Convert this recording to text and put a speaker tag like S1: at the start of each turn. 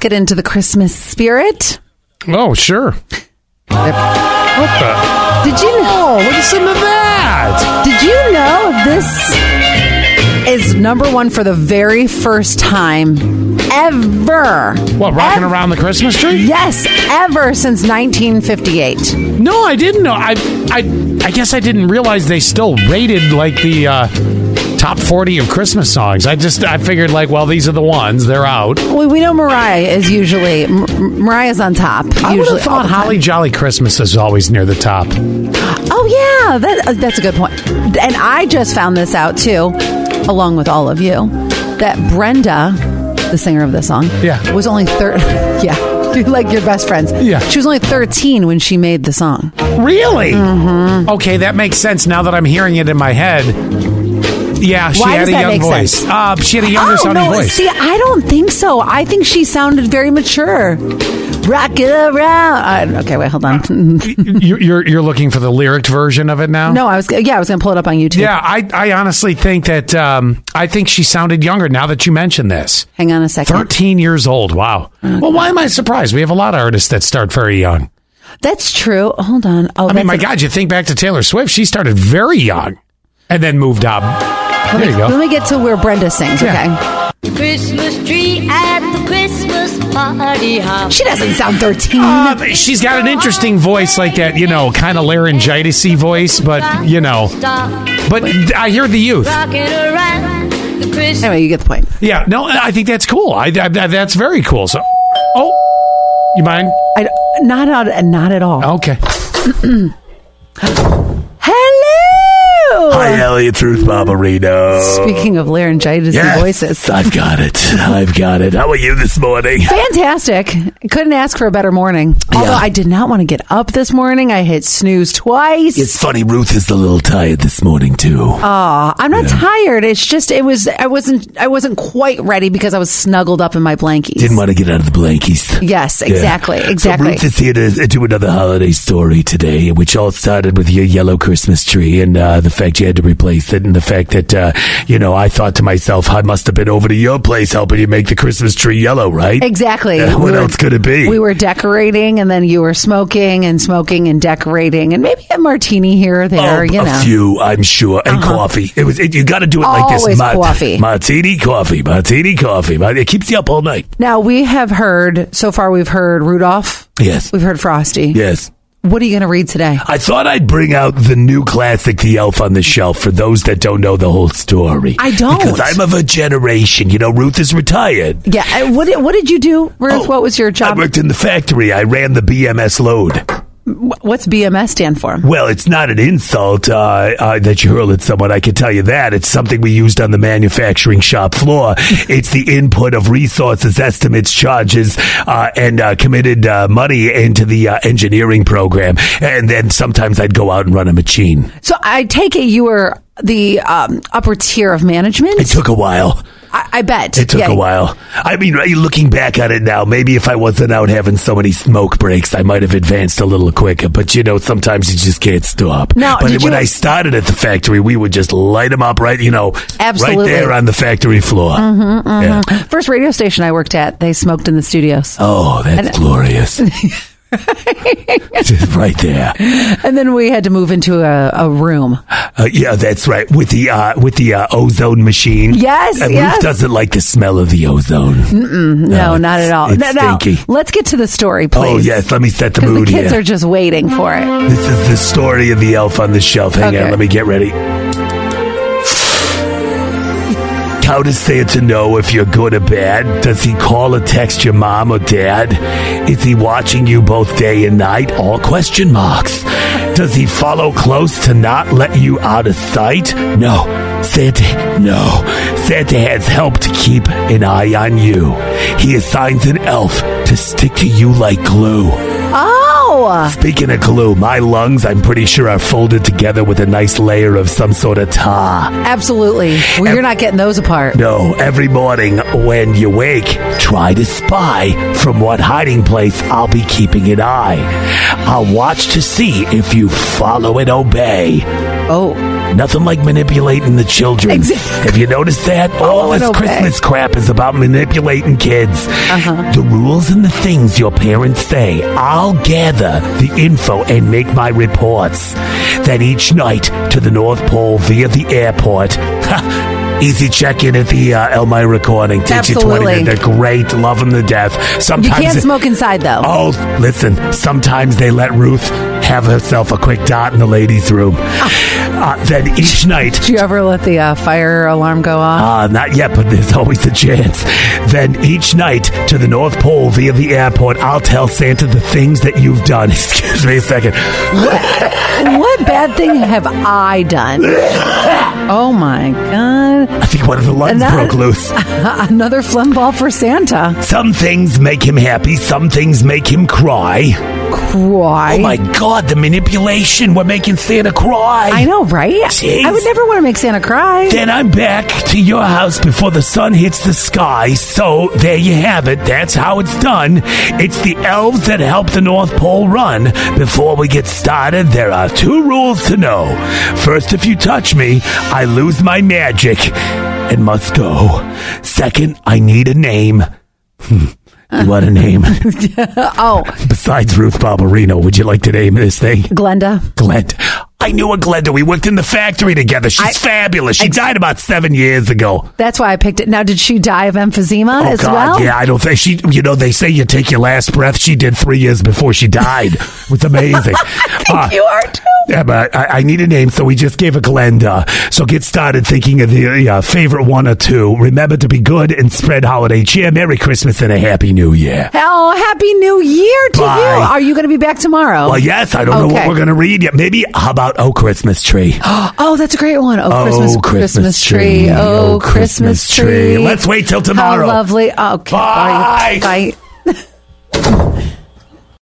S1: get into the Christmas spirit.
S2: Oh, sure. What the?
S1: Did you know?
S2: Oh, listen to that.
S1: Did you know this is number one for the very first time ever?
S2: What, rocking
S1: Ev-
S2: around the Christmas tree?
S1: Yes, ever since 1958.
S2: No, I didn't know. I, I, I guess I didn't realize they still rated like the uh, top forty of Christmas songs. I just, I figured like, well, these are the ones. They're out.
S1: Well, we know Mariah is usually M- M- Mariah's on top.
S2: I would
S1: usually,
S2: have
S1: all
S2: thought
S1: the
S2: Holly Jolly Christmas is always near the top.
S1: Oh yeah, that, uh, that's a good point. And I just found this out too, along with all of you, that Brenda, the singer of the song,
S2: Yeah.
S1: was only thir yeah, you like your best friends.
S2: Yeah.
S1: she was only thirteen when she made the song.
S2: Really? Mm-hmm. Okay, that makes sense now that I'm hearing it in my head. Yeah, she
S1: Why
S2: had
S1: does
S2: a
S1: that
S2: young
S1: make
S2: voice.
S1: sense?
S2: Uh, she had a younger
S1: oh
S2: sounding
S1: no,
S2: voice.
S1: see, I don't think so. I think she sounded very mature. Rock it around. Uh, okay, wait, hold on.
S2: You- you're you're looking for the lyric version of it now.
S1: no, I was yeah, I was gonna pull it up on YouTube.
S2: Yeah, I, I honestly think that um, I think she sounded younger now that you mentioned this.
S1: Hang on a second.
S2: 13 years old. Wow. Well, why am I surprised? We have a lot of artists that start very young.
S1: That's true. Hold on. Oh,
S2: I mean,
S1: that's
S2: my
S1: a-
S2: God, you think back to Taylor Swift, she started very young and then moved up. There you
S1: Let
S2: go.
S1: me get to where Brenda sings.
S2: Yeah.
S1: Okay.
S3: Christmas tree at the Christmas party hop.
S1: She doesn't sound 13.
S2: Uh, she's got an interesting voice like that, you know, kind of laryngitis voice, but, you know,
S3: Stop
S2: but I hear the youth.
S3: rocking around the Christmas.
S1: anyway, you get the point.
S2: Yeah, no, I think that's cool. I, I That's very cool. So, oh, you mind?
S1: I, not, at, not at
S4: Oh.
S1: all.
S2: Okay.
S1: Hello!
S4: Hi, uh, Elliot Truth Barbarino.
S1: Speaking of laryngitis
S4: Yes,
S1: and voices.
S4: I've got it. I've got it. How are you this morning?
S1: Fantastic. Couldn't ask for a better morning. Although
S4: Yeah.
S1: I did not want to get up this morning. I hit snooze twice.
S4: It's funny, Ruth is a little tired this morning, too.
S1: I'm not tired. It's just it was I wasn't I wasn't quite ready because I was snuggled up in my blankies.
S4: Didn't want to get out of the blankies.
S1: yes, exactly.
S4: Yeah.
S1: Exactly.
S4: So Ruth is here to do another holiday story today, which all started with your yellow Christmas tree and uh, the fact you had to replace it, and the fact that uh, you know I thought to myself, I must have been over to your place helping you make the Christmas tree yellow, right?
S1: Exactly.
S4: Yeah, what
S1: We
S4: else could it be?
S1: We were decorating, and then you were smoking and smoking and decorating, and maybe a martini here or there.
S4: Oh,
S1: you
S4: a
S1: know, Uh-huh.
S4: few, I'm sure, and coffee. It was it, you got to do it like this.
S1: Always coffee.
S4: martini coffee, martini coffee. Mart- It keeps you up all night.
S1: Now we have heard so far. We've heard Rudolph.
S4: Yes,
S1: We've heard Frosty.
S4: yes.
S1: What are you going to read today?
S4: I thought I'd bring out the new classic, The Elf on the Shelf, for those that don't know the whole story.
S1: I don't.
S4: because I'm of a generation. You know, Ruth is retired.
S1: Yeah. I- What did, What did you do, Ruth?
S4: Oh,
S1: what was your
S4: I
S1: job?
S4: worked in the factory. I ran the BMS load.
S1: Wh- What's BMS stand for?
S4: Well, it's not an insult uh, uh, that you hurl at someone. I can tell you that. It's something we used on the manufacturing shop floor. it's the input of resources, estimates, charges, uh, and uh, committed uh, money into the uh, engineering program. And then sometimes I'd go out and run a machine.
S1: So I take it you were the um, upper tier of management.
S4: It took a while.
S1: I, I bet
S4: It took
S1: Yeah.
S4: a while. I mean, right, looking back at it now, maybe if I wasn't out having so many smoke breaks, I might have advanced a little quicker. But you know, sometimes you just can't stop.
S1: Now,
S4: but
S1: did
S4: when
S1: you-
S4: I started at the factory, we would just light them up right, you know,
S1: Absolutely. Mm-hmm,
S4: right there on the factory floor. Yeah.
S1: First radio station I worked at, they smoked in the studios,
S4: Oh, that's glorious. Just right there.
S1: and then we had to move into a, a room.
S4: Uh, yeah, that's right. With the uh, with the uh, ozone machine.
S1: Yes,
S4: and
S1: yes.
S4: Ruth doesn't like the smell of the ozone.
S1: No,
S4: No,
S1: not at
S4: it's-
S1: all.
S4: it's
S1: no, no.
S4: stinky.
S1: Let's get to the story, please.
S4: Oh yes, let me set the
S1: Because the
S4: mood
S1: kids
S4: here.
S1: are just waiting for it.
S4: This is the story of the elf on the shelf. Hang
S1: Okay.
S4: on, let me get ready. How does Santa know if you're good or bad? Does he call or text your mom or dad? Is he watching you both day and night? All question marks. Does he follow close to not let you out of sight? No. Santa, no. Santa has help to keep an eye on you. He assigns an elf to stick to you like glue.
S1: Oh,
S4: Speaking of glue, my lungs, I'm pretty sure, are folded together with a nice layer of some sort of tar.
S1: absolutely. Well, you're not getting those apart.
S4: No, every morning when you wake, try to spy from what hiding place I'll be keeping an eye. I'll watch to see if you follow and obey.
S1: Oh,
S4: Nothing like manipulating the children.
S1: Exactly.
S4: Have you noticed that? All
S1: and
S4: this
S1: obey.
S4: Christmas crap is about manipulating kids.
S1: Uh-huh.
S4: The rules and the things your parents say, I'll gather the info and make my reports. Then each night to the North Pole via the airport. Ha! Easy check in at the uh, Elmira recording. Takes you 20
S1: Absolutely.
S4: minutes. They're great. Love them to death. Sometimes
S1: you can't
S4: it-
S1: smoke inside though.
S4: Oh, listen, sometimes they let Ruth have herself a quick dot in the ladies' room.
S1: Ah.
S4: Uh, then each night.
S1: Did you ever let the uh, fire alarm go off?
S4: Uh, not yet, but there's always a chance. Then each night to the North Pole via the airport, I'll tell Santa the things that you've done. Excuse me a second. Oh.
S1: What bad thing have I done? Oh my god!
S4: I think one of the
S1: And
S4: lungs
S1: that-
S4: broke loose.
S1: Another phlegm ball for Santa.
S4: Some things make him happy, some things make him cry.
S1: Cry.
S4: Oh my god, the manipulation. We're making Santa cry.
S1: I know, right?
S4: Jeez.
S1: I would never want to make Santa cry.
S4: Then I'm back to your house before the sun hits the sky. So there you have it. That's how it's done. It's the elves that help the North Pole run. Before we get started, there are two rules to know. First, if you touch me, I lose my magic and must go. Second, I need a name. what a name.
S1: oh,
S4: Besides Ruth Barbarino, would you like to name this thing?
S1: Glenda.
S4: Glenda. I knew a Glenda. We worked in the factory together. She's
S1: I-
S4: fabulous. She
S1: I-
S4: died about seven years ago.
S1: That's why I picked it. Now, did she die of emphysema
S4: Oh
S1: as
S4: God!
S1: well?
S4: Yeah, I don't think she. You know, they say you take your last breath. She did three years before she died. It's amazing. Uh,
S1: You are too.
S4: yeah, but I, I need a name, so we just gave a Glenda. So get started thinking of the uh, favorite one or two. Remember to be good and spread holiday cheer. Merry Christmas and a happy New Year.
S1: Oh, happy new year to
S4: Bye.
S1: you. Are you going to be back tomorrow?
S4: Well, yes, I don't know what
S1: Okay.
S4: we're gonna read yet. Maybe how about Oh Christmas Tree?
S1: Oh, that's a great one. Oh, Christmas, tree. Oh, Christmas tree.
S4: Let's wait till tomorrow.
S1: How lovely. Okay.
S4: Bye.
S1: Bye. Bye.